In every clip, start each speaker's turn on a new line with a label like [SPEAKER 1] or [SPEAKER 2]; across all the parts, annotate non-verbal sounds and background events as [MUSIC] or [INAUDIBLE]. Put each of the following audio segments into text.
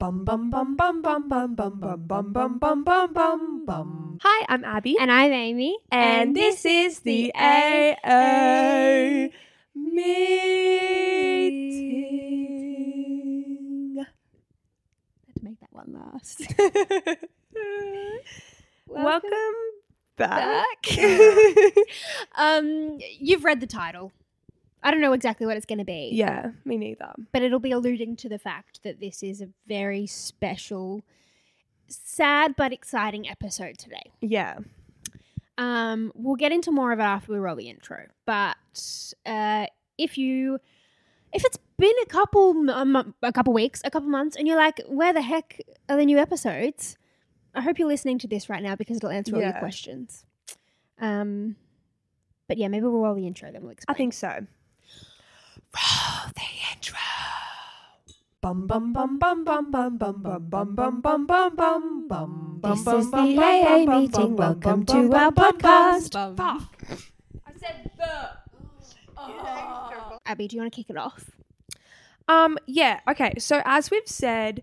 [SPEAKER 1] Bum bum bum bum bum bum bum bum bum bum bum bum bum bum.
[SPEAKER 2] Hi, I'm Abby.
[SPEAKER 3] And I'm Amy.
[SPEAKER 1] And this is the AA meeting.
[SPEAKER 3] Let's make that one
[SPEAKER 1] [LAUGHS]
[SPEAKER 3] last.
[SPEAKER 1] Welcome back. [LAUGHS]
[SPEAKER 3] [LAUGHS] um, you've read the title. I don't know exactly what it's going to be.
[SPEAKER 1] Yeah, me neither.
[SPEAKER 3] But it'll be alluding to the fact that this is a very special, sad but exciting episode today.
[SPEAKER 1] Yeah.
[SPEAKER 3] Um, we'll get into more of it after we roll the intro. But uh, if you, if it's been a couple, um, a couple weeks, a couple months, and you're like, where the heck are the new episodes? I hope you're listening to this right now because it'll answer all your
[SPEAKER 1] Yeah.
[SPEAKER 3] questions. Um, but yeah, maybe we'll roll the intro then. We'll
[SPEAKER 1] I
[SPEAKER 3] explain.
[SPEAKER 1] think so. Roll the intro. Bum bum bum bum bum bum bum bum bum bum bum bum bum bum.
[SPEAKER 2] This is the AA meeting. Welcome to our podcast.
[SPEAKER 3] Abby, do you want to kick it off?
[SPEAKER 1] Um, yeah, okay. So as we've said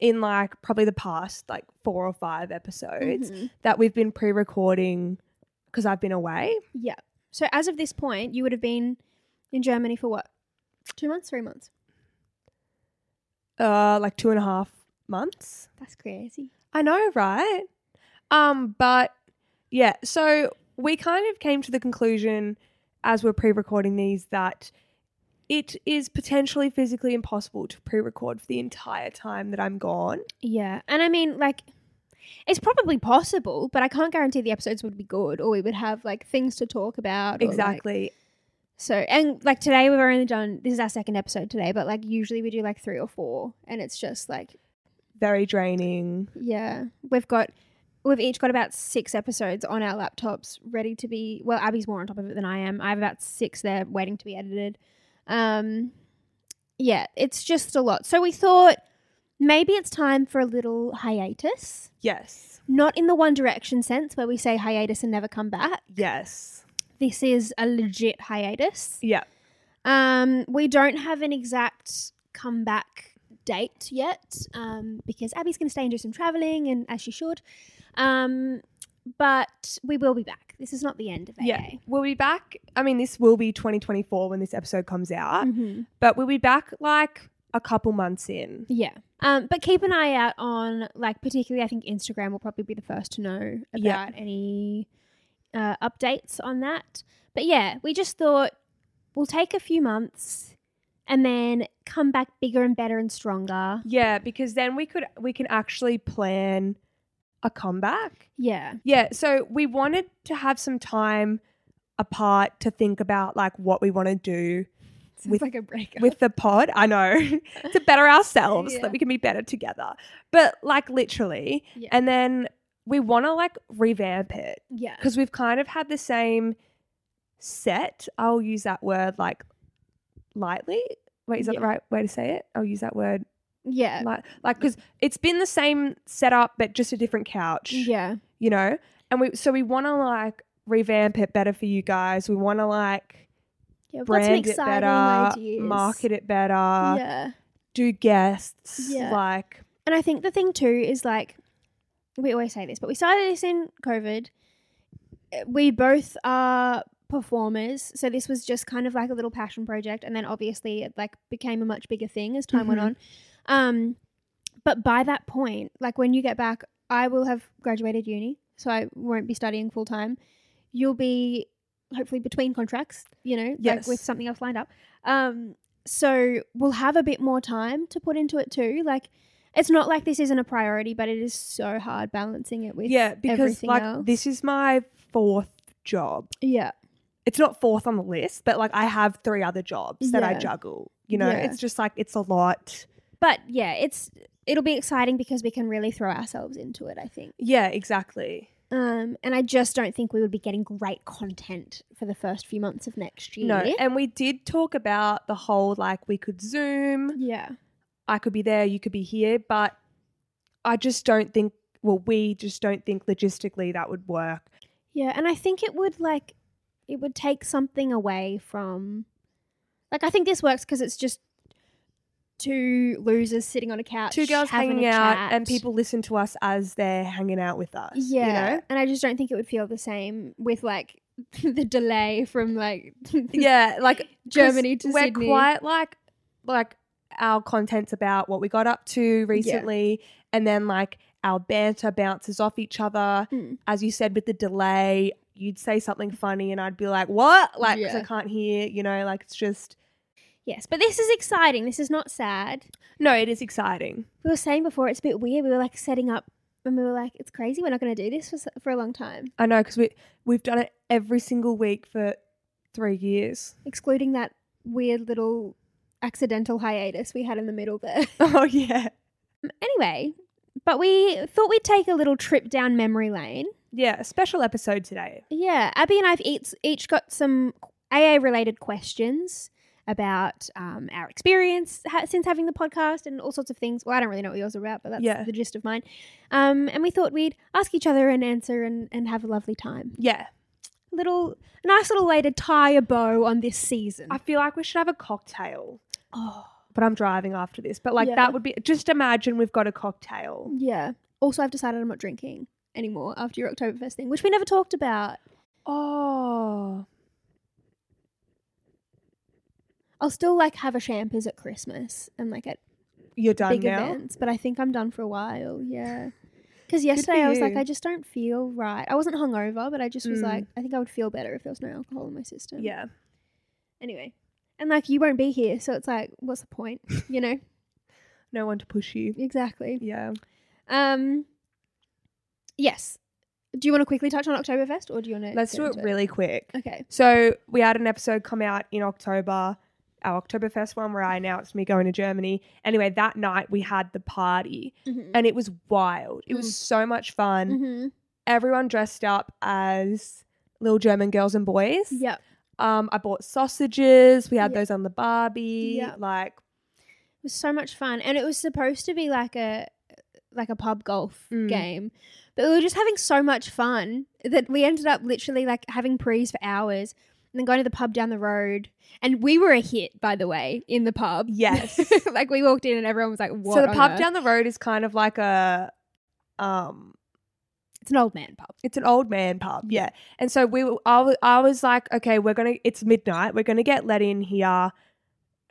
[SPEAKER 1] in like probably the past like four or five episodes
[SPEAKER 3] Mhm.
[SPEAKER 1] that we've been pre-recording because I've been away.
[SPEAKER 3] Yeah. So as of this point, you would have been in Germany for what? Two months, three months.
[SPEAKER 1] Uh like two and a half months.
[SPEAKER 3] That's crazy.
[SPEAKER 1] I know, right? Um, but yeah, so we kind of came to the conclusion as we're pre-recording these that it is potentially physically impossible to pre-record for the entire time that I'm gone.
[SPEAKER 3] Yeah. And I mean, like, it's probably possible, but I can't guarantee the episodes would be good or we would have like things to talk about. or, like-
[SPEAKER 1] Exactly.
[SPEAKER 3] so, and like today, we've only done this is our second episode today, but like usually we do like three or four, and it's just like,
[SPEAKER 1] Very draining.
[SPEAKER 3] yeah, we've got. We've each got about six episodes on our laptops ready to be. Well, Abby's more on top of it than I am. I have about six there waiting to be edited. Um, yeah, it's just a lot. So we thought maybe it's time for a little hiatus.
[SPEAKER 1] Yes.
[SPEAKER 3] not in the One Direction sense where we say hiatus and never come back.
[SPEAKER 1] Yes.
[SPEAKER 3] This is a legit hiatus.
[SPEAKER 1] Yeah.
[SPEAKER 3] Um, we don't have an exact comeback date yet um, because Abby's going to stay and do some traveling, and as she should. Um, but we will be back. This is not the end of AA.
[SPEAKER 1] Yeah. We'll be back. I mean, this will be 2024 when this episode comes out,
[SPEAKER 3] Mhm.
[SPEAKER 1] but we'll be back like a couple months in.
[SPEAKER 3] Yeah. Um, but keep an eye out on, like, particularly, I think Instagram will probably be the first to know about
[SPEAKER 1] Yeah.
[SPEAKER 3] any uh, updates on that. But yeah, we just thought we'll take a few months and then come back bigger and better and stronger.
[SPEAKER 1] Yeah, because then we could we can actually plan a comeback.
[SPEAKER 3] Yeah.
[SPEAKER 1] Yeah, so we wanted to have some time apart to think about like what we want to do
[SPEAKER 3] Sounds
[SPEAKER 1] With-
[SPEAKER 3] like a breakup.
[SPEAKER 1] with the pod. I know
[SPEAKER 3] [LAUGHS]
[SPEAKER 1] to better ourselves
[SPEAKER 3] Yeah.
[SPEAKER 1] that we can be better together. But like literally,
[SPEAKER 3] Yeah.
[SPEAKER 1] and then we want to like revamp it.
[SPEAKER 3] yeah.
[SPEAKER 1] because we've kind of had the same set. I'll use that word like lightly. Wait, is that the
[SPEAKER 3] Yeah. Uh,
[SPEAKER 1] right way to say it? I'll use that word
[SPEAKER 3] Yeah.
[SPEAKER 1] li- like because it's been the same setup, but just a different couch.
[SPEAKER 3] Yeah.
[SPEAKER 1] you know. And we so we want to like revamp it better for you guys. We want to like
[SPEAKER 3] Yeah. What's an
[SPEAKER 1] brand it
[SPEAKER 3] exciting
[SPEAKER 1] better,
[SPEAKER 3] idea?
[SPEAKER 1] market it better,
[SPEAKER 3] Yeah.
[SPEAKER 1] do guests
[SPEAKER 3] Yeah.
[SPEAKER 1] like
[SPEAKER 3] And I think the thing too is like, we always say this, but we started this in COVID. Uh, We both are performers. So this was just kind of like a little passion project. And then obviously it like became a much bigger thing as time went
[SPEAKER 1] Mhm.
[SPEAKER 3] on. Um, but by that point, like when you get back, I will have graduated uni. So I won't be studying full time. You'll be hopefully between contracts, you know, like
[SPEAKER 1] Yes.
[SPEAKER 3] with something else lined up. Um, so we'll have a bit more time to put into it too. Like it's not like this isn't a priority, but it is so hard balancing it with
[SPEAKER 1] yeah because
[SPEAKER 3] everything
[SPEAKER 1] like
[SPEAKER 3] else.
[SPEAKER 1] this is my fourth job.
[SPEAKER 3] yeah
[SPEAKER 1] it's not fourth on the list, but like I have three other jobs that I
[SPEAKER 3] Yeah.
[SPEAKER 1] juggle. You know,
[SPEAKER 3] Yeah.
[SPEAKER 1] it's just like it's a lot.
[SPEAKER 3] but yeah it's it'll be exciting because we can really throw ourselves into it, I think.
[SPEAKER 1] Yeah, exactly.
[SPEAKER 3] Um, and I just don't think we would be getting great content for the first few months of next year.
[SPEAKER 1] No, and we did talk about the whole like we could Zoom,
[SPEAKER 3] yeah.
[SPEAKER 1] I could be there, you could be here, but I just don't think, well, we just don't think logistically that would work.
[SPEAKER 3] Yeah, and I think it would like it would take something away from like I think this works because it's just two losers sitting on a couch,
[SPEAKER 1] Two girls
[SPEAKER 3] having
[SPEAKER 1] hanging
[SPEAKER 3] a
[SPEAKER 1] out,
[SPEAKER 3] chat.
[SPEAKER 1] and people listen to us as they're hanging out with us. you
[SPEAKER 3] Yeah, [LAUGHS]
[SPEAKER 1] know?
[SPEAKER 3] and I just don't think it would feel the same with like [LAUGHS] the delay from like [LAUGHS]
[SPEAKER 1] yeah, like
[SPEAKER 3] Germany
[SPEAKER 1] 'cause
[SPEAKER 3] to
[SPEAKER 1] we're
[SPEAKER 3] Sydney.
[SPEAKER 1] quite like like our content's about what we got up to recently, and then like our banter bounces off each other.
[SPEAKER 3] Mm.
[SPEAKER 1] As you said, with the delay, you'd say something funny, and I'd be like, "What?" Like, 'cause I
[SPEAKER 3] Yeah.
[SPEAKER 1] can't hear. You know, like it's just
[SPEAKER 3] Yes, but this is exciting. This is not sad.
[SPEAKER 1] no. It is exciting.
[SPEAKER 3] We were saying before it's a bit weird. We were like setting up and we were like, it's crazy. We're not going to do this for, s- for a long time,
[SPEAKER 1] I know because we we've done it every single week for three years.
[SPEAKER 3] excluding that weird little accidental hiatus we had in the middle there.
[SPEAKER 1] [LAUGHS] Oh yeah,
[SPEAKER 3] anyway, but we thought we'd take a little trip down memory lane.
[SPEAKER 1] yeah. A special episode today.
[SPEAKER 3] Yeah, Abby and I've each, each got some AA related questions about um, our experience ha- since having the podcast and all sorts of things. Well, I don't really know what yours are about, but that's
[SPEAKER 1] Yeah.
[SPEAKER 3] the gist of mine. Um, and we thought we'd ask each other and answer and, and have a lovely time.
[SPEAKER 1] Yeah,
[SPEAKER 3] A little, a nice little way to tie a bow on this season.
[SPEAKER 1] I feel like we should have a cocktail.
[SPEAKER 3] oh,
[SPEAKER 1] but I'm driving after this. But like
[SPEAKER 3] Yeah.
[SPEAKER 1] that would be just imagine we've got a cocktail.
[SPEAKER 3] yeah. Also, I've decided I'm not drinking anymore after your Oktoberfest thing, which we never talked about.
[SPEAKER 1] Oh.
[SPEAKER 3] I'll still like have a champers at Christmas and like at
[SPEAKER 1] You're done
[SPEAKER 3] big
[SPEAKER 1] now.
[SPEAKER 3] events, but I think I'm done for a while.
[SPEAKER 1] [SIGHS]
[SPEAKER 3] Yeah. Because yesterday I was like,
[SPEAKER 1] you.
[SPEAKER 3] I just don't feel right. I wasn't hungover, but I just was
[SPEAKER 1] Mm.
[SPEAKER 3] like, I think I would feel better if there was no alcohol in my system.
[SPEAKER 1] Yeah.
[SPEAKER 3] Anyway. And like, you won't be here. So it's like, what's
[SPEAKER 1] [LAUGHS]
[SPEAKER 3] the point? You know?
[SPEAKER 1] No one to push you.
[SPEAKER 3] exactly.
[SPEAKER 1] Yeah.
[SPEAKER 3] Um. Yes. Do you want to quickly touch on Oktoberfest or do you want to?
[SPEAKER 1] Let's do it really quick.
[SPEAKER 3] Okay.
[SPEAKER 1] So we had an episode come out in October, our Oktoberfest one where I announced me going to Germany. Anyway, that night we had the party
[SPEAKER 3] Mm-hmm.
[SPEAKER 1] and it was wild. It was so much fun. Everyone dressed up as little German girls and boys.
[SPEAKER 3] Yeah. It
[SPEAKER 1] Um, I bought sausages. We had
[SPEAKER 3] Yeah.
[SPEAKER 1] those on the Barbie.
[SPEAKER 3] Yeah.
[SPEAKER 1] Like,
[SPEAKER 3] was so much fun. And it was supposed to be like a like a pub golf
[SPEAKER 1] Mm.
[SPEAKER 3] game. But we were just having so much fun that we ended up literally like having prees for hours and then going to the pub down the road. And we were a hit, by the way, in the pub.
[SPEAKER 1] Yes.
[SPEAKER 3] [LAUGHS] like we walked in and everyone was like, what?
[SPEAKER 1] so the
[SPEAKER 3] on
[SPEAKER 1] pub
[SPEAKER 3] earth?"
[SPEAKER 1] down the road is kind of like a um
[SPEAKER 3] It's an old man pub.
[SPEAKER 1] it's an old man pub yeah and so we were, I, was, I was like okay we're gonna it's midnight we're gonna get let in here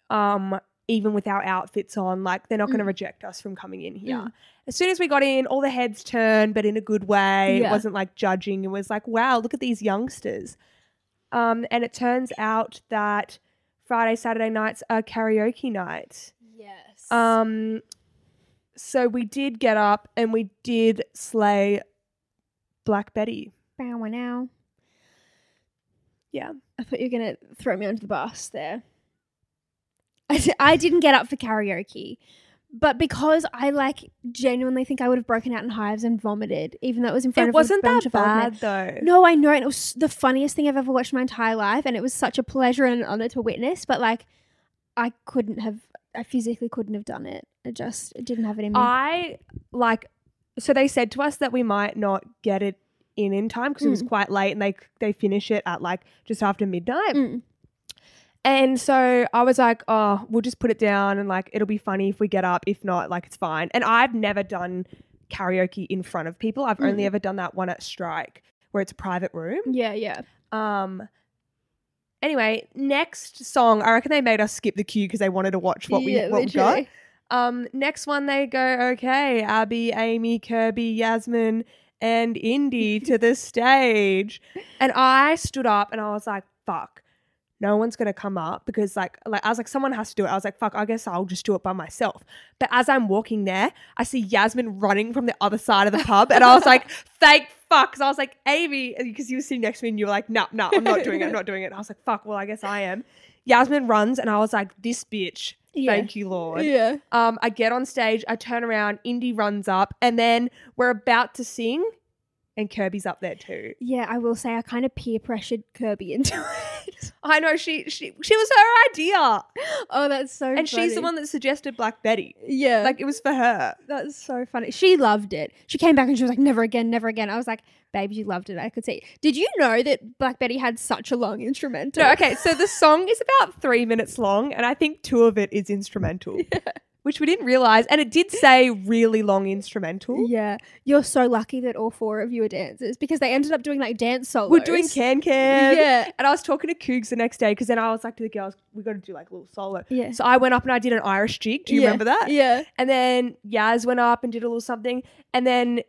[SPEAKER 1] um even with our outfits on like they're not gonna
[SPEAKER 3] Mm.
[SPEAKER 1] reject us from coming in here
[SPEAKER 3] Mm.
[SPEAKER 1] as soon as we got in all the heads turned but in a good way it
[SPEAKER 3] Yeah.
[SPEAKER 1] wasn't like judging it was like wow look at these youngsters um and it turns out that friday saturday nights are karaoke night
[SPEAKER 3] Yes.
[SPEAKER 1] um, so we did get up and we did slay Black Betty.
[SPEAKER 3] Bow wow now.
[SPEAKER 1] Yeah.
[SPEAKER 3] I thought you were going to throw me onto the bus there. I d- I didn't get up for karaoke, but because I like genuinely think I would have broken out in hives and vomited, even though it was in front
[SPEAKER 1] It
[SPEAKER 3] of
[SPEAKER 1] wasn't
[SPEAKER 3] a bunch
[SPEAKER 1] that
[SPEAKER 3] of old men.
[SPEAKER 1] bad though.
[SPEAKER 3] No, I know. And it was the funniest thing I've ever watched in my entire life. And it was such a pleasure and an honor to witness. But like, I couldn't have, I physically couldn't have done it. I just it didn't have it in me.
[SPEAKER 1] I like. So they said to us that we might not get it in in time because it
[SPEAKER 3] Mm.
[SPEAKER 1] was quite late, and they they finish it at like just after midnight.
[SPEAKER 3] Mm.
[SPEAKER 1] And so I was like, oh, we'll just put it down, and like it'll be funny if we get up. If not, like it's fine. And I've never done karaoke in front of people. I've only
[SPEAKER 3] Mm.
[SPEAKER 1] ever done that one at Strike, where it's a private room.
[SPEAKER 3] yeah, yeah.
[SPEAKER 1] Um. Anyway, next song, I reckon they made us skip the queue because they wanted to watch what we
[SPEAKER 3] yeah,
[SPEAKER 1] what we got.
[SPEAKER 3] literally.
[SPEAKER 1] Um, next one they go, okay, Abby, Amy, Kirby, Yasmin, and Indy to the stage, and I stood up and I was like, fuck. No one's gonna come up because like like I was like someone has to do it. I was like fuck. I guess I'll just do it by myself. But as I'm walking there, I see Yasmin running from the other side of the pub, and I was like thank fuck. Because I was uh, like Amy, because you were sitting next to me, and you were like no no I'm not doing it. I'm not doing it. And I was like fuck. Well I guess I am. Yasmin runs, and I was like, this bitch.
[SPEAKER 3] Yeah.
[SPEAKER 1] Thank you, Lord.
[SPEAKER 3] Yeah.
[SPEAKER 1] Um, I get on stage, I turn around, Indy runs up, and then we're about to sing, and Kirby's up there too.
[SPEAKER 3] Yeah, I will say I kind of peer pressured Kirby [LAUGHS] into it.
[SPEAKER 1] I know she she she was her idea,
[SPEAKER 3] oh, that's so
[SPEAKER 1] and she's the one that suggested Black Betty.
[SPEAKER 3] Yeah.
[SPEAKER 1] Like it was for her.
[SPEAKER 3] That's so funny. She loved it. She came back and she was like, never again, never again. I was like, babe, you loved it. I could see. Did you know that Black Betty had such a long instrumental?
[SPEAKER 1] No, okay, so the song is about three minutes long, and I think two of it is [LAUGHS] instrumental, which we didn't realize. And it did say really long instrumental.
[SPEAKER 3] Yeah. You're so lucky that all four of you are dancers because they ended up doing like dance solos.
[SPEAKER 1] We're doing Can Can.
[SPEAKER 3] Yeah.
[SPEAKER 1] And I was talking to Cougs the next day because then I was like to the girls, we got to do like a little solo.
[SPEAKER 3] Yeah.
[SPEAKER 1] So I went up and I did an Irish jig. Do you
[SPEAKER 3] Yeah.
[SPEAKER 1] remember that? [LAUGHS]
[SPEAKER 3] Yeah. [LAUGHS]
[SPEAKER 1] And then Yaz went up and did a little something. And then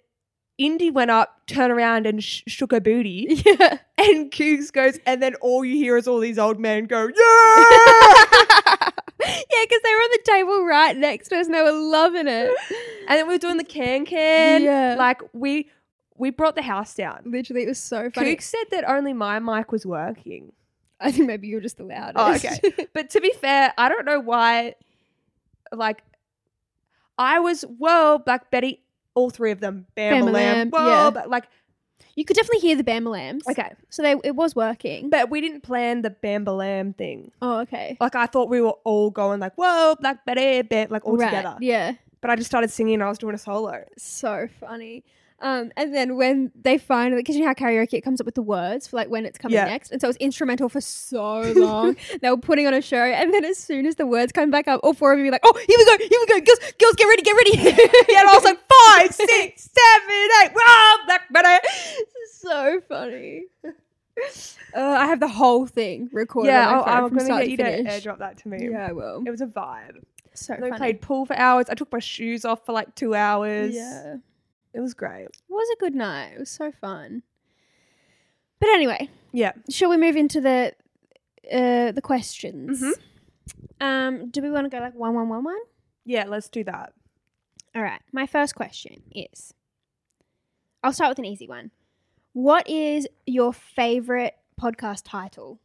[SPEAKER 1] Indy went up, turned around and sh- shook her booty.
[SPEAKER 3] [LAUGHS] Yeah.
[SPEAKER 1] And Cougs goes, and then all you hear is all these old men go,
[SPEAKER 3] [LAUGHS]
[SPEAKER 1] yeah!
[SPEAKER 3] yeah, because they were on the table right next to us and they were
[SPEAKER 1] [LAUGHS]
[SPEAKER 3] loving it.
[SPEAKER 1] And then we were doing the can can.
[SPEAKER 3] Yeah.
[SPEAKER 1] Like we we brought the house down.
[SPEAKER 3] Literally, it was so funny.
[SPEAKER 1] Cook said that only my mic was working.
[SPEAKER 3] I think maybe you were just the loudest.
[SPEAKER 1] Oh, okay.
[SPEAKER 3] [LAUGHS]
[SPEAKER 1] but to be fair, I don't know why like I was whoa, Black Betty, all three of them. Bam
[SPEAKER 3] Bam,
[SPEAKER 1] Lamb.
[SPEAKER 3] Lam,
[SPEAKER 1] Whoa,
[SPEAKER 3] yeah.
[SPEAKER 1] but like
[SPEAKER 3] you could definitely hear the Bamalams.
[SPEAKER 1] okay.
[SPEAKER 3] So they, it was working.
[SPEAKER 1] But we didn't plan the Bamba Lamb thing.
[SPEAKER 3] oh, okay.
[SPEAKER 1] Like I thought we were all going like, whoa, Black Betty, bam, like all
[SPEAKER 3] Right,
[SPEAKER 1] together.
[SPEAKER 3] Yeah.
[SPEAKER 1] But I just started singing and I was doing a
[SPEAKER 3] [LAUGHS]
[SPEAKER 1] solo.
[SPEAKER 3] So funny. Um, and then when they finally, because you know how karaoke it comes up with the words for like when it's coming
[SPEAKER 1] Yeah.
[SPEAKER 3] next, and so it was instrumental for so [LAUGHS] long. they were putting on a show, and then as soon as the words come back up, all four of you were like, "Oh, here we go, here we go, girls, girls, get ready, get ready!"
[SPEAKER 1] [LAUGHS]
[SPEAKER 3] [LAUGHS]
[SPEAKER 1] Yeah, and I was like, five, six, seven, eight, whoa, Black Betty.
[SPEAKER 3] so funny. Uh, I have the whole thing recorded.
[SPEAKER 1] Yeah,
[SPEAKER 3] on my
[SPEAKER 1] I'll-
[SPEAKER 3] phone
[SPEAKER 1] I'm going
[SPEAKER 3] from
[SPEAKER 1] to
[SPEAKER 3] start
[SPEAKER 1] get you to
[SPEAKER 3] finish.
[SPEAKER 1] airdrop that to me.
[SPEAKER 3] Yeah, I will.
[SPEAKER 1] It was a vibe.
[SPEAKER 3] So
[SPEAKER 1] And then we
[SPEAKER 3] funny.
[SPEAKER 1] played pool for hours. I took my shoes off for like two hours.
[SPEAKER 3] Yeah, it
[SPEAKER 1] It was great.
[SPEAKER 3] was a good night. It was so fun. But anyway,
[SPEAKER 1] Yeah.
[SPEAKER 3] shall we move into the uh the questions?
[SPEAKER 1] Mhm.
[SPEAKER 3] Um, do we want to go like one, one, one, one?
[SPEAKER 1] Yeah, let's do that.
[SPEAKER 3] All right. My first question is I'll start with an easy one. What is your favorite podcast title?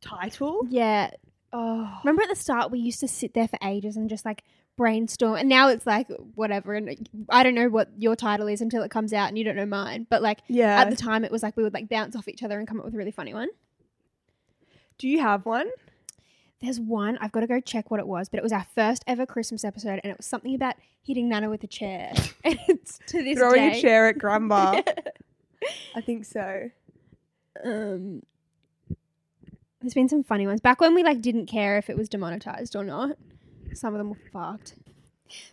[SPEAKER 1] Title?
[SPEAKER 3] Yeah.
[SPEAKER 1] Oh.
[SPEAKER 3] Remember at the start we used to sit there for ages and just like brainstorm and now it's like whatever and I don't know what your title is until it comes out and you don't know mine. But like
[SPEAKER 1] Yeah.
[SPEAKER 3] at the time it was like we would like bounce off each other and come up with a really funny one.
[SPEAKER 1] do you have one?
[SPEAKER 3] There's one, I've got to go check what it was, but it was our first ever Christmas episode and it was something about hitting Nana with a chair. [LAUGHS] and it's to this
[SPEAKER 1] Throwing
[SPEAKER 3] day-
[SPEAKER 1] a chair at
[SPEAKER 3] [LAUGHS]
[SPEAKER 1] grandma. I think so.
[SPEAKER 3] um there's been some funny ones back when we like didn't care if it was demonetized or not some of them were fucked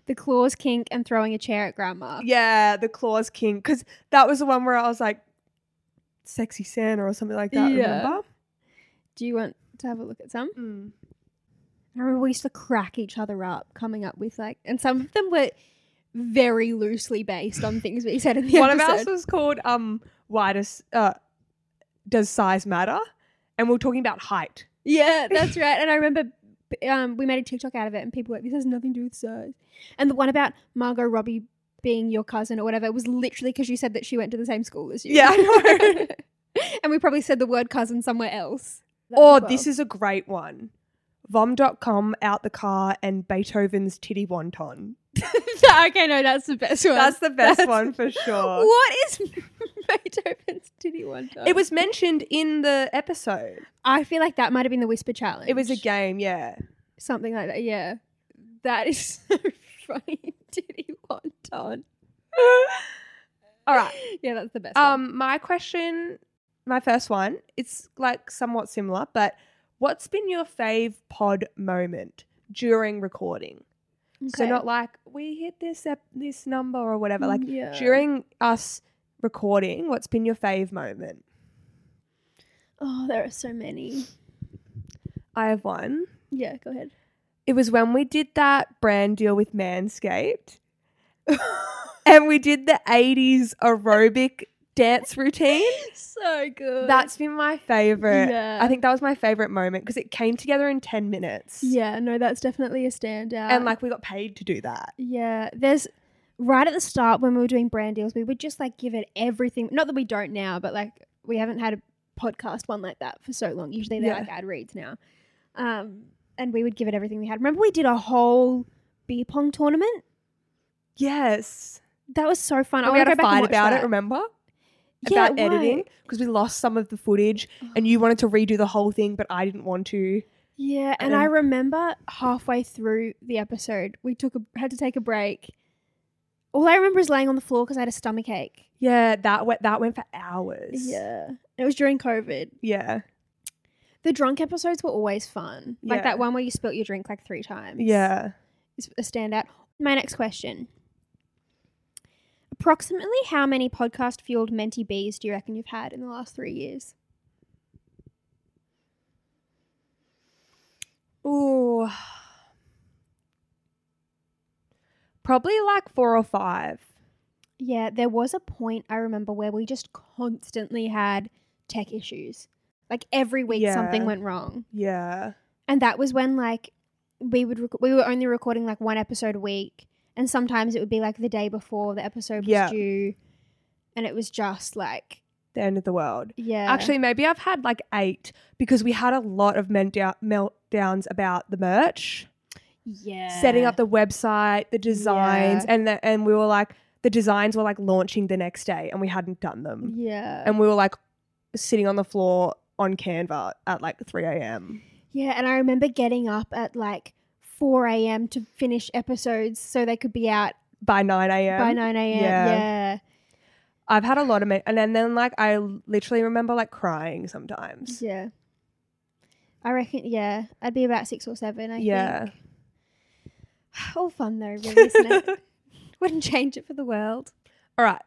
[SPEAKER 3] the claws kink and throwing a chair at grandma
[SPEAKER 1] Yeah, the claws king. Because that was the one where I was like, sexy Santa or something like that.
[SPEAKER 3] Yeah.
[SPEAKER 1] Remember?
[SPEAKER 3] do you want to have a look at some
[SPEAKER 1] Mm.
[SPEAKER 3] i remember we used to crack each other up coming up with like and some of them were very loosely based on things we said in the
[SPEAKER 1] One of
[SPEAKER 3] episode
[SPEAKER 1] ours was called um, "Why does uh, does size matter?" And we are talking about height.
[SPEAKER 3] yeah that's right and i remember um, we made a tiktok out of it and people were like this has nothing to do with size and the one about margot robbie being your cousin or whatever was literally because you said that she went to the same school as you
[SPEAKER 1] Yeah, I know.
[SPEAKER 3] [LAUGHS] and we probably said the word cousin
[SPEAKER 1] [LAUGHS]
[SPEAKER 3] somewhere else.
[SPEAKER 1] or Oh, this is a great one. Vom.com out the car and Beethoven's titty wonton.
[SPEAKER 3] okay. No, that's the best
[SPEAKER 1] [LAUGHS]
[SPEAKER 3] one.
[SPEAKER 1] That's the best
[SPEAKER 3] That's-
[SPEAKER 1] one for sure.
[SPEAKER 3] [LAUGHS] What is Beethoven's titty one time?
[SPEAKER 1] It was mentioned in the episode.
[SPEAKER 3] I feel like that might have been the whisper challenge.
[SPEAKER 1] It was a game, yeah.
[SPEAKER 3] something like that. Yeah, that is [LAUGHS] so funny. [LAUGHS] Titty one time.
[SPEAKER 1] All right.
[SPEAKER 3] Yeah, that's the best. one.
[SPEAKER 1] Um, my question, my first one, it's like somewhat similar, but what's been your fave pod moment during recording? So
[SPEAKER 3] Okay.
[SPEAKER 1] not like we hit this ep- this number or whatever. Like
[SPEAKER 3] Yeah.
[SPEAKER 1] during us recording, what's been your fave moment?
[SPEAKER 3] Oh, there are so many.
[SPEAKER 1] I have one.
[SPEAKER 3] Yeah, go ahead.
[SPEAKER 1] It was when we did that brand deal with Manscaped. [LAUGHS] and we did the 80s aerobic dance routine.
[SPEAKER 3] So good.
[SPEAKER 1] That's been my favorite.
[SPEAKER 3] Yeah.
[SPEAKER 1] I think that was my favorite moment because it came together in 10 minutes.
[SPEAKER 3] yeah. No, that's definitely a standout.
[SPEAKER 1] And like we got paid to do that.
[SPEAKER 3] Yeah, there's right at the start when we were doing brand deals, we would just like give it everything. Not that we don't now, but like we haven't had a podcast one like that for so long. Usually they're
[SPEAKER 1] Yeah.
[SPEAKER 3] like ad reads now. Um, and we would give it everything we had. Remember, we did a whole beer pong tournament.
[SPEAKER 1] Yes.
[SPEAKER 3] That was so fun.
[SPEAKER 1] And
[SPEAKER 3] Oh, I
[SPEAKER 1] we had
[SPEAKER 3] want to
[SPEAKER 1] a
[SPEAKER 3] go back
[SPEAKER 1] fight
[SPEAKER 3] and watch
[SPEAKER 1] about
[SPEAKER 3] that.
[SPEAKER 1] it, remember?
[SPEAKER 3] Yeah,
[SPEAKER 1] about
[SPEAKER 3] why? Oh.
[SPEAKER 1] editing because we lost some of the footage and you wanted to redo the whole thing, but I didn't want to.
[SPEAKER 3] Yeah, and I remember halfway through the episode, we took a, had to take a break. All I remember is laying on the floor because I had a stomach ache.
[SPEAKER 1] Yeah, that went that went for hours.
[SPEAKER 3] And it was during COVID.
[SPEAKER 1] Yeah.
[SPEAKER 3] The drunk episodes were always fun.
[SPEAKER 1] Yeah.
[SPEAKER 3] Like that one where you spilt your drink like three times.
[SPEAKER 1] Yeah.
[SPEAKER 3] It's a standout. My next question. Approximately how many podcast fueled Menti Bees do you reckon you've had in the last three years?
[SPEAKER 1] Ooh. Probably like four or five.
[SPEAKER 3] Yeah, there was a point I remember where we just constantly had tech issues. Like every week something
[SPEAKER 1] Yeah.
[SPEAKER 3] went wrong.
[SPEAKER 1] Yeah.
[SPEAKER 3] And that was when like we would rec- we were only recording like one episode a week and sometimes it would be like the day before the episode was
[SPEAKER 1] Yeah.
[SPEAKER 3] due and it was just like
[SPEAKER 1] The end of the world.
[SPEAKER 3] yeah.
[SPEAKER 1] Actually, maybe I've had like eight because we had a lot of meltdown- meltdowns about the merch.
[SPEAKER 3] yeah.
[SPEAKER 1] setting up the website, the designs, and the, and we were like the designs were like launching the next day, and we hadn't done them,
[SPEAKER 3] Yeah.
[SPEAKER 1] and we were like sitting on the floor on Canva at like three a.m.
[SPEAKER 3] Yeah, and I remember getting up at like 4 a.m. to finish episodes so they could be out
[SPEAKER 1] by nine a.m.
[SPEAKER 3] by 9 a.m.
[SPEAKER 1] Yeah.
[SPEAKER 3] Yeah.
[SPEAKER 1] I've had a lot of ma- and then, then like I literally remember like crying sometimes.
[SPEAKER 3] Yeah. I reckon, yeah, I'd be about six or seven, I
[SPEAKER 1] Yeah.
[SPEAKER 3] think. [SIGHS] All fun [LAUGHS] though, really, isn't it? Wouldn't change it for the world.
[SPEAKER 1] All right,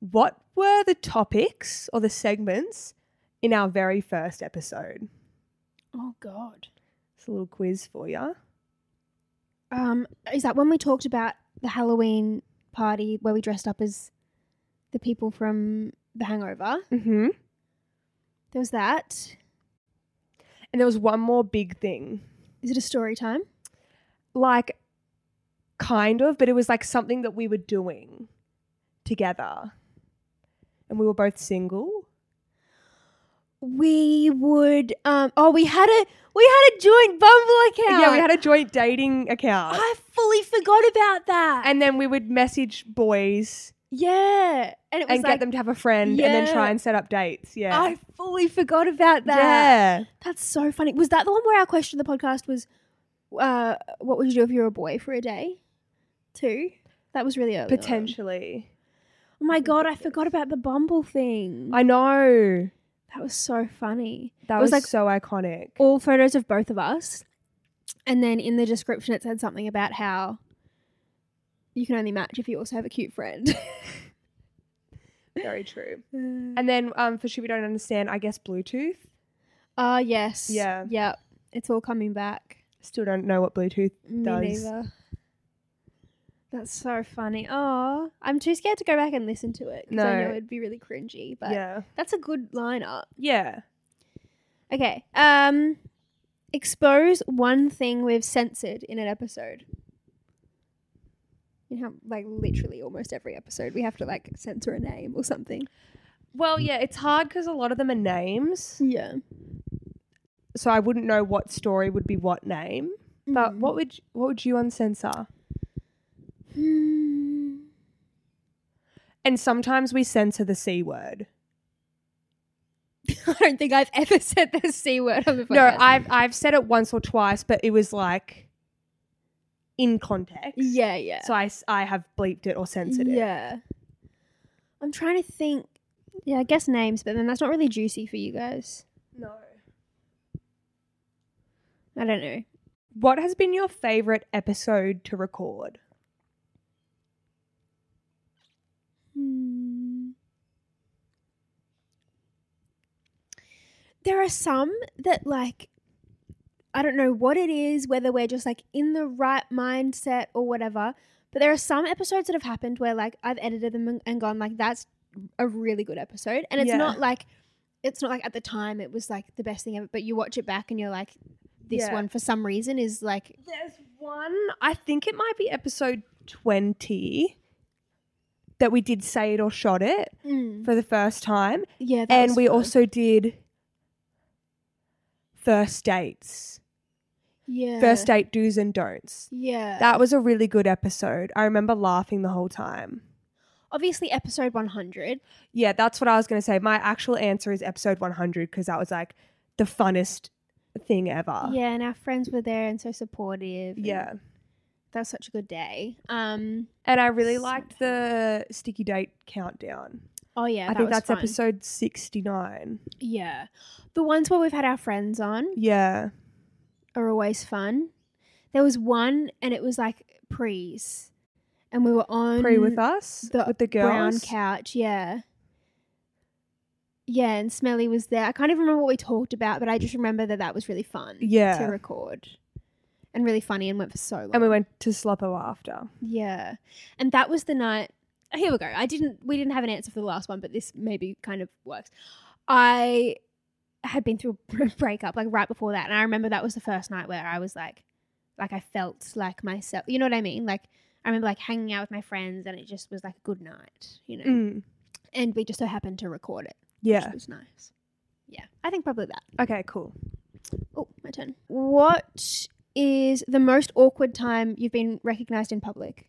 [SPEAKER 1] what were the topics or the segments in our very first episode?
[SPEAKER 3] Oh, God.
[SPEAKER 1] It's a little quiz for you.
[SPEAKER 3] Um, is that when we talked about the Halloween party where we dressed up as the people from The Hangover?
[SPEAKER 1] Mm-hmm.
[SPEAKER 3] There was that.
[SPEAKER 1] And there was one more big thing.
[SPEAKER 3] Is it a story time?
[SPEAKER 1] like kind of, but it was like something that we were doing together. And we were both single.
[SPEAKER 3] we would um oh we had a we had a joint bumble account
[SPEAKER 1] Yeah, we had a joint dating account.
[SPEAKER 3] i fully forgot about that
[SPEAKER 1] And then we would message boys
[SPEAKER 3] yeah and it was
[SPEAKER 1] and
[SPEAKER 3] like
[SPEAKER 1] get them to have a friend and then
[SPEAKER 3] Yeah.
[SPEAKER 1] try and set up dates. Yeah.
[SPEAKER 3] i fully forgot about that
[SPEAKER 1] yeah.
[SPEAKER 3] that's so funny was that the one where our question of the podcast was uh what would you do if you were a boy for a day two that was really early on.
[SPEAKER 1] Potentially.
[SPEAKER 3] oh my god i forgot about the bumble thing
[SPEAKER 1] I know.
[SPEAKER 3] that was so funny
[SPEAKER 1] That
[SPEAKER 3] It
[SPEAKER 1] was,
[SPEAKER 3] was like-
[SPEAKER 1] so iconic.
[SPEAKER 3] all photos of both of us. And then in the description, it said something about how you can only match if you also have a cute
[SPEAKER 1] [LAUGHS]
[SPEAKER 3] friend. [LAUGHS]
[SPEAKER 1] Very true.
[SPEAKER 3] uh,
[SPEAKER 1] And then um, for sure we don't understand, I guess Bluetooth.
[SPEAKER 3] Ah, yes.
[SPEAKER 1] Yeah.
[SPEAKER 3] Yep. It's all coming back.
[SPEAKER 1] Still don't know what Bluetooth
[SPEAKER 3] Me
[SPEAKER 1] Does.
[SPEAKER 3] neither. That's so funny. Oh, I'm too scared to go back and listen to it because I
[SPEAKER 1] No.
[SPEAKER 3] know it'd be really cringy. But
[SPEAKER 1] Yeah.
[SPEAKER 3] that's a good lineup.
[SPEAKER 1] Yeah.
[SPEAKER 3] Okay. Um, expose one thing we've censored in an episode. You know, how, like literally almost every episode, we have to like censor a name or something.
[SPEAKER 1] Well, yeah, it's hard because a lot of them are names.
[SPEAKER 3] Yeah.
[SPEAKER 1] so I wouldn't know what story would be what name. But
[SPEAKER 3] Mm.
[SPEAKER 1] what would y- what would you uncensor?
[SPEAKER 3] Hmm.
[SPEAKER 1] And sometimes we censor the c word.
[SPEAKER 3] [LAUGHS] I don't think I've ever said the c word on the podcast.
[SPEAKER 1] No, I've I've said it once or twice, but it was like in context.
[SPEAKER 3] Yeah, yeah.
[SPEAKER 1] So I s- I have bleeped it or censored it.
[SPEAKER 3] yeah. I'm trying to think. Yeah, I guess names, but then that's not really juicy for you guys.
[SPEAKER 1] No.
[SPEAKER 3] I don't know.
[SPEAKER 1] What has been your favorite episode to record?
[SPEAKER 3] Hmm. There are some that, like, I don't know what it is, whether we're just like in the right mindset or whatever, but there are some episodes that have happened where, like, I've edited them and- and gone, like, that's a really good episode. And it's
[SPEAKER 1] Yeah.
[SPEAKER 3] not like, it's not like at the time it was like the best thing ever, but you watch it back and you're like, this
[SPEAKER 1] Yeah.
[SPEAKER 3] one for some reason is like,
[SPEAKER 1] There's one, I think it might be episode 20 that we did say it or shot it for the first time.
[SPEAKER 3] yeah. That
[SPEAKER 1] and
[SPEAKER 3] was
[SPEAKER 1] we
[SPEAKER 3] fun.
[SPEAKER 1] also did first dates,
[SPEAKER 3] Yeah.
[SPEAKER 1] first date do's and don'ts.
[SPEAKER 3] Yeah.
[SPEAKER 1] That was a really good episode. I remember laughing the whole time.
[SPEAKER 3] obviously episode 100.
[SPEAKER 1] Yeah, that's what I was going to say. My actual answer is episode 100 because that was like the funnest thing ever.
[SPEAKER 3] Yeah, and our friends were there and so supportive. and
[SPEAKER 1] Yeah.
[SPEAKER 3] That was such a good day. Um
[SPEAKER 1] And I really liked the sticky date countdown.
[SPEAKER 3] oh yeah,
[SPEAKER 1] I
[SPEAKER 3] that
[SPEAKER 1] think
[SPEAKER 3] was
[SPEAKER 1] that's
[SPEAKER 3] fun.
[SPEAKER 1] episode 69.
[SPEAKER 3] Yeah. The ones where we've had our friends on
[SPEAKER 1] Yeah.
[SPEAKER 3] are always fun. There was one and it was like pre's. And we were on
[SPEAKER 1] Pre with us,
[SPEAKER 3] the
[SPEAKER 1] with the
[SPEAKER 3] brown
[SPEAKER 1] girls.
[SPEAKER 3] couch, yeah. Yeah, and Smelly was there. I can't even remember what we talked about, but I just remember that that was really fun to
[SPEAKER 1] Yeah.
[SPEAKER 3] record and really funny and went for so long.
[SPEAKER 1] and we went to Sloppo after.
[SPEAKER 3] Yeah. And that was the night here we go. I didn't we didn't have an answer for the last one, but this maybe kind of works. I had been through a [LAUGHS] breakup like right before that, and I remember that was the first night where I was like like I felt like myself. You know what I mean? Like I remember like hanging out with my friends and it just was like a good night, you know.
[SPEAKER 1] Mm.
[SPEAKER 3] And we just so happened to record it.
[SPEAKER 1] Yeah.
[SPEAKER 3] Which was nice. Yeah. I think probably that.
[SPEAKER 1] Okay, cool.
[SPEAKER 3] Oh, my turn. What is the most awkward time you've been recognized in public?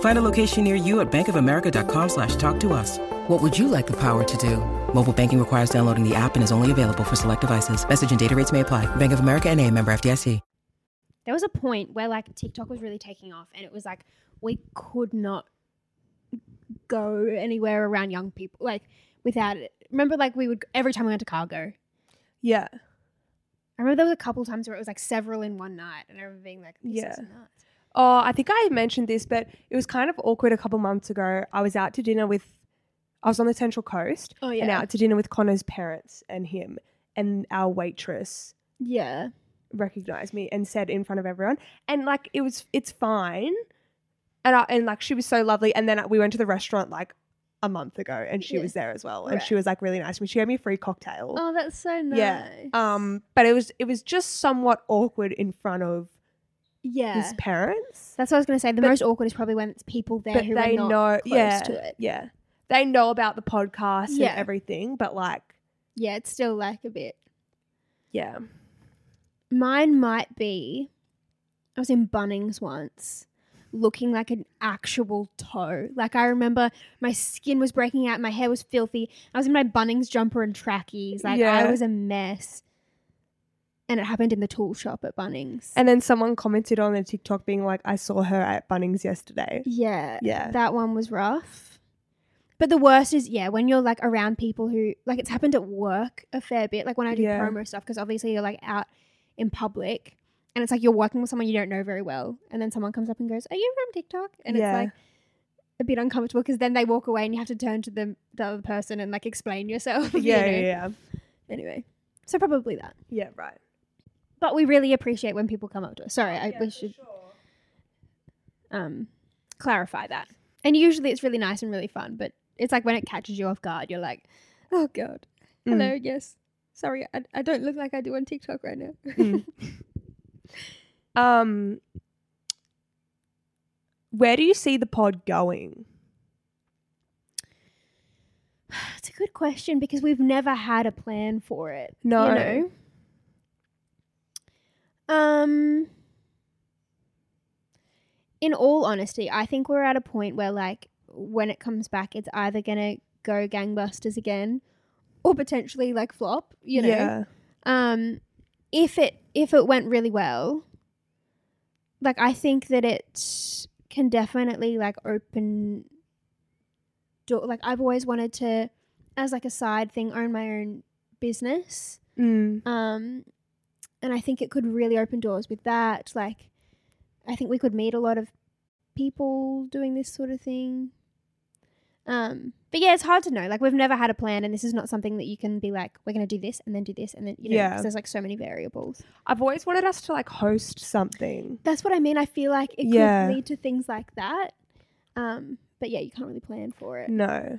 [SPEAKER 4] Find a location near you at bankofamerica.com slash talk to us. What would you like the power to do? Mobile banking requires downloading the app and is only available for select devices. Message and data rates may apply. Bank of America and a member FDIC.
[SPEAKER 3] there was a point where like TikTok was really taking off and it was like we could not go anywhere around young people like without it. Remember like we would every time we went to cargo.
[SPEAKER 1] Yeah.
[SPEAKER 3] I remember there was a couple times where it was like several in one night and I remember being like this
[SPEAKER 1] Yeah.
[SPEAKER 3] is nuts.
[SPEAKER 1] Oh, I think I mentioned this, but it was kind of awkward a couple months ago. I was out to dinner with, I was on the Central Coast
[SPEAKER 3] Oh
[SPEAKER 1] and out to dinner with Connor's parents and him. And our waitress
[SPEAKER 3] yeah.
[SPEAKER 1] recognized me and said in front of everyone. And like, it was, it's fine. And, I, and like, she was so lovely. And then we went to the restaurant like a month ago and she
[SPEAKER 3] Yeah.
[SPEAKER 1] was there as well. And
[SPEAKER 3] Right.
[SPEAKER 1] she was like really nice to me. She gave me a free cocktail.
[SPEAKER 3] Oh, that's so nice.
[SPEAKER 1] Yeah. Um, but it was it was just somewhat awkward in front of
[SPEAKER 3] yeah.
[SPEAKER 1] his parents.
[SPEAKER 3] that's what I was going to say. The
[SPEAKER 1] But-
[SPEAKER 3] most awkward is probably when it's people there
[SPEAKER 1] but
[SPEAKER 3] who
[SPEAKER 1] they
[SPEAKER 3] are not
[SPEAKER 1] know,
[SPEAKER 3] close
[SPEAKER 1] yeah,
[SPEAKER 3] to it.
[SPEAKER 1] yeah, they know about the podcast
[SPEAKER 3] Yeah.
[SPEAKER 1] and everything. But like,
[SPEAKER 3] Yeah, it's still like a bit.
[SPEAKER 1] yeah,
[SPEAKER 3] Mine might be. I was in Bunnings once, looking like an actual toe. Like I remember, my skin was breaking out, my hair was filthy. I was in my Bunnings jumper and trackies. Like I
[SPEAKER 1] Yeah.
[SPEAKER 3] was a mess. And it happened in the tool shop at Bunnings.
[SPEAKER 1] and then someone commented on the TikTok being like, "I saw her at Bunnings yesterday."
[SPEAKER 3] yeah,
[SPEAKER 1] Yeah.
[SPEAKER 3] that one was rough. But the worst is, yeah, when you're like around people who like it's happened at work a fair bit. Like when I do
[SPEAKER 1] Yeah.
[SPEAKER 3] promo stuff, because obviously you're like out in public, and it's like you're working with someone you don't know very well, and then someone comes up and goes, "Are you from TikTok?" And
[SPEAKER 1] Yeah.
[SPEAKER 3] it's like a bit uncomfortable because then they walk away and you have to turn to the, the other person and like explain yourself. [LAUGHS] you
[SPEAKER 1] yeah,
[SPEAKER 3] know?
[SPEAKER 1] yeah, yeah,
[SPEAKER 3] Anyway, so probably that.
[SPEAKER 1] yeah, right.
[SPEAKER 3] But we really appreciate when people come up to us. Sorry, I, we should um, clarify that. And usually it's really nice and really fun, but it's like when it catches you off guard, you're like, oh God,
[SPEAKER 1] Mm.
[SPEAKER 3] hello, yes. Sorry, I, I don't look like I do on TikTok right now. [LAUGHS]
[SPEAKER 1] Mm. Um, where do you see the pod going?
[SPEAKER 3] That's a good question because we've never had a plan for it.
[SPEAKER 1] No.
[SPEAKER 3] You know? Um in all honesty, I think we're at a point where like when it comes back it's either gonna go gangbusters again or potentially like flop, you know.
[SPEAKER 1] yeah,
[SPEAKER 3] Um if it if it went really well, like I think that it can definitely like open door like I've always wanted to as like a side thing own my own business.
[SPEAKER 1] Mm.
[SPEAKER 3] Um, and I think it could really open doors with that. Like, I think we could meet a lot of people doing this sort of thing. Um, but yeah, it's hard to know. Like, we've never had a plan, and this is not something that you can be like, we're going to do this and then do this and then, you know,
[SPEAKER 1] Yeah.
[SPEAKER 3] 'cause there's like so many variables.
[SPEAKER 1] I've always wanted us to like host something.
[SPEAKER 3] That's what I mean. I feel like it
[SPEAKER 1] Yeah.
[SPEAKER 3] could lead to things like that. Um, But yeah, you can't really plan for it.
[SPEAKER 1] No.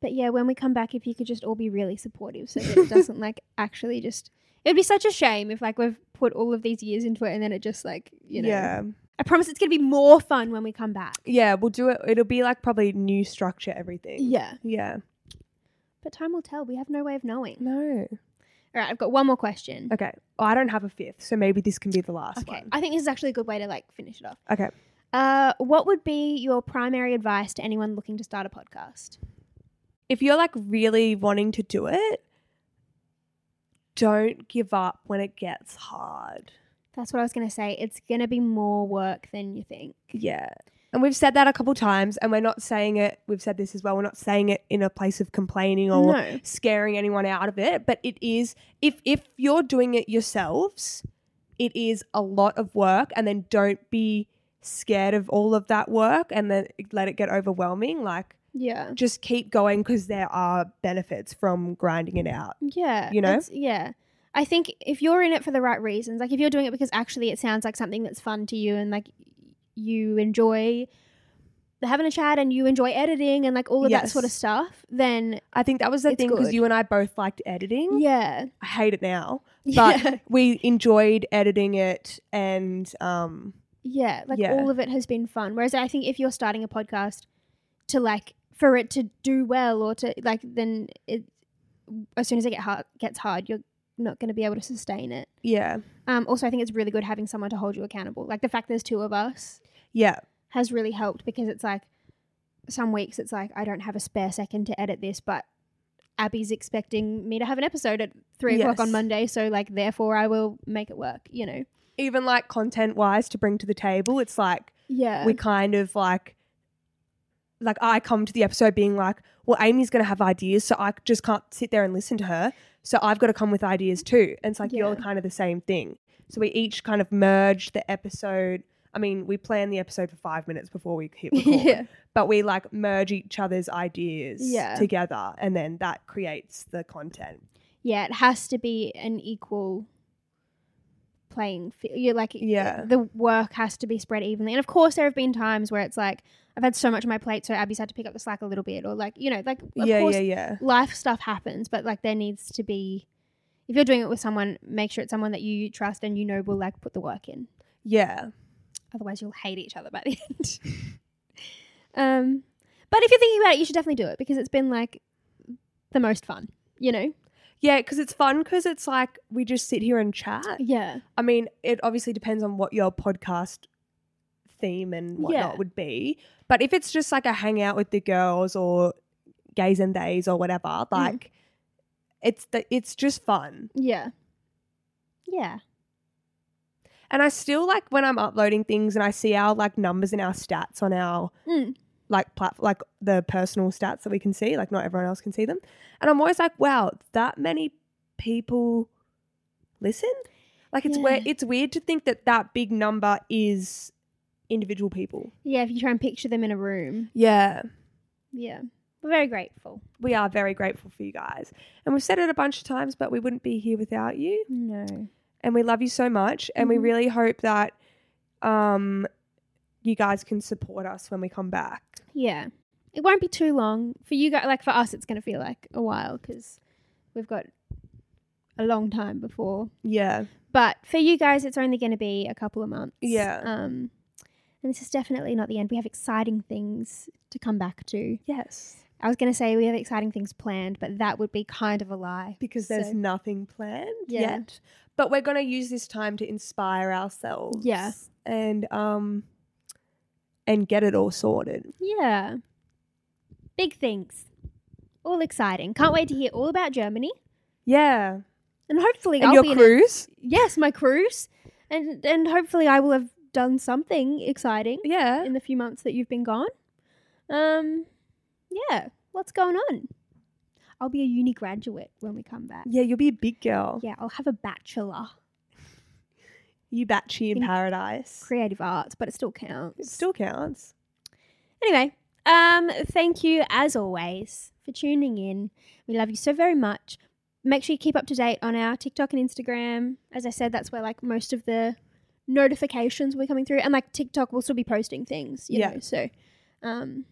[SPEAKER 3] But yeah, when we come back, if you could just all be really supportive so that
[SPEAKER 1] [LAUGHS]
[SPEAKER 3] it doesn't like actually just. It'd be such a shame if like we've put all of these years into it and then it just like, you know.
[SPEAKER 1] Yeah.
[SPEAKER 3] I promise it's going to be more fun when we come back.
[SPEAKER 1] Yeah, we'll do it. It'll be like probably new structure, everything.
[SPEAKER 3] Yeah.
[SPEAKER 1] Yeah.
[SPEAKER 3] But time will tell. We have no way of knowing.
[SPEAKER 1] No.
[SPEAKER 3] All right, I've got one more question.
[SPEAKER 1] Okay. Well, I don't have a fifth, so maybe this can be the last
[SPEAKER 3] Okay.
[SPEAKER 1] one.
[SPEAKER 3] I think this is actually a good way to like finish it off.
[SPEAKER 1] Okay.
[SPEAKER 3] Uh, what would be your primary advice to anyone looking to start a podcast?
[SPEAKER 1] If you're like really wanting to do it, don't give up when it gets hard.
[SPEAKER 3] That's what I was going to say. It's going to be more work than you think.
[SPEAKER 1] Yeah. And we've said that a couple times, and we're not saying it, we've said this as well, we're not saying it in a place of complaining or
[SPEAKER 3] No.
[SPEAKER 1] scaring anyone out of it, but it is, if, if you're doing it yourselves, it is a lot of work, and then don't be scared of all of that work and then let it get overwhelming. Like,
[SPEAKER 3] Yeah.
[SPEAKER 1] just keep going because there are benefits from grinding it out.
[SPEAKER 3] Yeah.
[SPEAKER 1] You know?
[SPEAKER 3] it's- Yeah. I think if you're in it for the right reasons, like if you're doing it because actually it sounds like something that's fun to you and like you enjoy having a chat and you enjoy editing and like all of that sort of
[SPEAKER 1] Yes.
[SPEAKER 3] stuff, then
[SPEAKER 1] I think that was the
[SPEAKER 3] It's
[SPEAKER 1] thing because
[SPEAKER 3] good.
[SPEAKER 1] you and I both liked editing.
[SPEAKER 3] yeah. [LAUGHS]
[SPEAKER 1] I hate it now, Mm. but
[SPEAKER 3] yeah.
[SPEAKER 1] we enjoyed editing it and um
[SPEAKER 3] Yeah, like
[SPEAKER 1] Yeah.
[SPEAKER 3] all of it has been fun. Whereas I think if you're starting a podcast to like for it to do well or to like then it as soon as it get hard, gets hard, you're not going to be able to sustain it.
[SPEAKER 1] yeah.
[SPEAKER 3] Um, also, I think it's really good having someone to hold you accountable. Like the fact there's two of us
[SPEAKER 1] Yeah.
[SPEAKER 3] has really helped because it's like some weeks it's like I don't have a spare second to edit this, but Abby's expecting me to have an episode at three o'clock on
[SPEAKER 1] Yes.
[SPEAKER 3] Monday, so like therefore I will make it work. You know.
[SPEAKER 1] Even like content wise to bring to the table, it's like [LAUGHS]
[SPEAKER 3] Yeah.
[SPEAKER 1] we kind of like like I come to the episode being like, well, Amy's gonna have ideas, so I just can't sit there and listen to her. So I've got to come with ideas too. And it's like you're
[SPEAKER 3] Yeah.
[SPEAKER 1] kind of the same thing. So we each kind of merge the episode. I mean, we plan the episode for five minutes before we hit record,
[SPEAKER 3] [LAUGHS] yeah.
[SPEAKER 1] but we like merge each other's ideas
[SPEAKER 3] Yeah.
[SPEAKER 1] together, and then that creates the content.
[SPEAKER 3] yeah, it has to be an equal playing field. You're like,
[SPEAKER 1] Yeah.
[SPEAKER 3] the work has to be spread evenly. And of course, there have been times where it's like, I've had so much on my plate, so Abby's had to pick up the slack a little bit, or like, you know, like, of
[SPEAKER 1] yeah,
[SPEAKER 3] course,
[SPEAKER 1] yeah, yeah,
[SPEAKER 3] life stuff happens, but like, there needs to be. If you're doing it with someone, make sure it's someone that you trust and you know will like put the work in.
[SPEAKER 1] yeah.
[SPEAKER 3] Otherwise, you'll hate each other by the [LAUGHS] end. um, but if you're thinking about it, you should definitely do it because it's been like the most fun, you know?
[SPEAKER 1] Yeah, because it's fun because it's like we just sit here and chat.
[SPEAKER 3] Uh, Yeah.
[SPEAKER 1] I mean, it obviously depends on what your podcast theme and whatnot
[SPEAKER 3] Yeah.
[SPEAKER 1] would be. But if it's just like a hangout with the girls or gays and days or whatever, like it's the, it's just fun.
[SPEAKER 3] Yeah. Yeah.
[SPEAKER 1] And I still like when I'm uploading things and I see our like numbers and our stats on our
[SPEAKER 3] Mm.
[SPEAKER 1] like plat- like the personal stats that we can see, like not everyone else can see them. And I'm always like, wow, that many people listen? Like it's where
[SPEAKER 3] Yeah.
[SPEAKER 1] it's weird to think that that big number is individual people.
[SPEAKER 3] Yeah, if you try and picture them in a room.
[SPEAKER 1] Yeah.
[SPEAKER 3] Yeah. We're very grateful.
[SPEAKER 1] We are very grateful for you guys. And we've said it a bunch of times, but we wouldn't be here without you.
[SPEAKER 3] No.
[SPEAKER 1] and we love you so much and we
[SPEAKER 3] Mhm.
[SPEAKER 1] really hope that um you guys can support us when we come back
[SPEAKER 3] Yeah. It won't be too long. For you guys, like for us, it's going to feel like a while because we've got a long time before.
[SPEAKER 1] yeah
[SPEAKER 3] But for you guys, it's only going to be a couple of months.
[SPEAKER 1] Yeah.
[SPEAKER 3] Um, and this is definitely not the end. We have exciting things to come back to.
[SPEAKER 1] yes
[SPEAKER 3] I was going to say we have exciting things planned, but that would be kind of a lie.
[SPEAKER 1] because there's
[SPEAKER 3] So-
[SPEAKER 1] nothing planned
[SPEAKER 3] Yeah.
[SPEAKER 1] yet but we're going to use this time to inspire ourselves
[SPEAKER 3] Yeah.
[SPEAKER 1] and um and get it all sorted
[SPEAKER 3] Yeah. Big things. All exciting. Can't wait to hear all about Germany.
[SPEAKER 1] yeah
[SPEAKER 3] And hopefully
[SPEAKER 1] and
[SPEAKER 3] I'll
[SPEAKER 1] your
[SPEAKER 3] be in [LAUGHS]
[SPEAKER 1] cruise
[SPEAKER 3] it. Yes, my cruise. And and hopefully I will have done something exciting
[SPEAKER 1] yeah
[SPEAKER 3] in the few months that you've been gone. Um yeah, what's going on? I'll be a uni graduate when we come back.
[SPEAKER 1] yeah you'll be a big girl
[SPEAKER 3] Yeah, I'll have a bachelor.
[SPEAKER 1] you batchy in,
[SPEAKER 3] In-
[SPEAKER 1] paradise
[SPEAKER 3] Creative arts, but it still counts.
[SPEAKER 1] it still counts
[SPEAKER 3] Anyway, um, thank you as always for tuning in. We love you so very much. Make sure you keep up to date on our TikTok and Instagram. As I said, that's where like most of the notifications were coming through, and like TikTok will still be posting things. You
[SPEAKER 1] Yeah.
[SPEAKER 3] know, so um,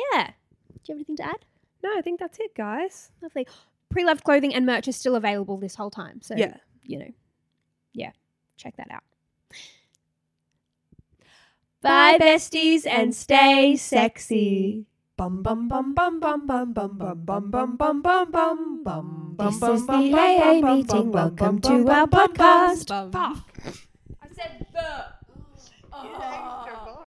[SPEAKER 3] yeah. Do you have anything to add?
[SPEAKER 1] No, I think that's it, guys.
[SPEAKER 3] Lovely. Pre-loved clothing and merch is still available this whole time. So
[SPEAKER 1] Yeah.
[SPEAKER 3] you know, yeah, check that out.
[SPEAKER 2] Bye, besties, and stay sexy.
[SPEAKER 1] Bum bum bum bum bum bum bum bum bum bum bum bum bum bum.
[SPEAKER 2] This is the AA meeting. Welcome to our podcast.
[SPEAKER 1] Fuck.
[SPEAKER 5] I said the. Oh.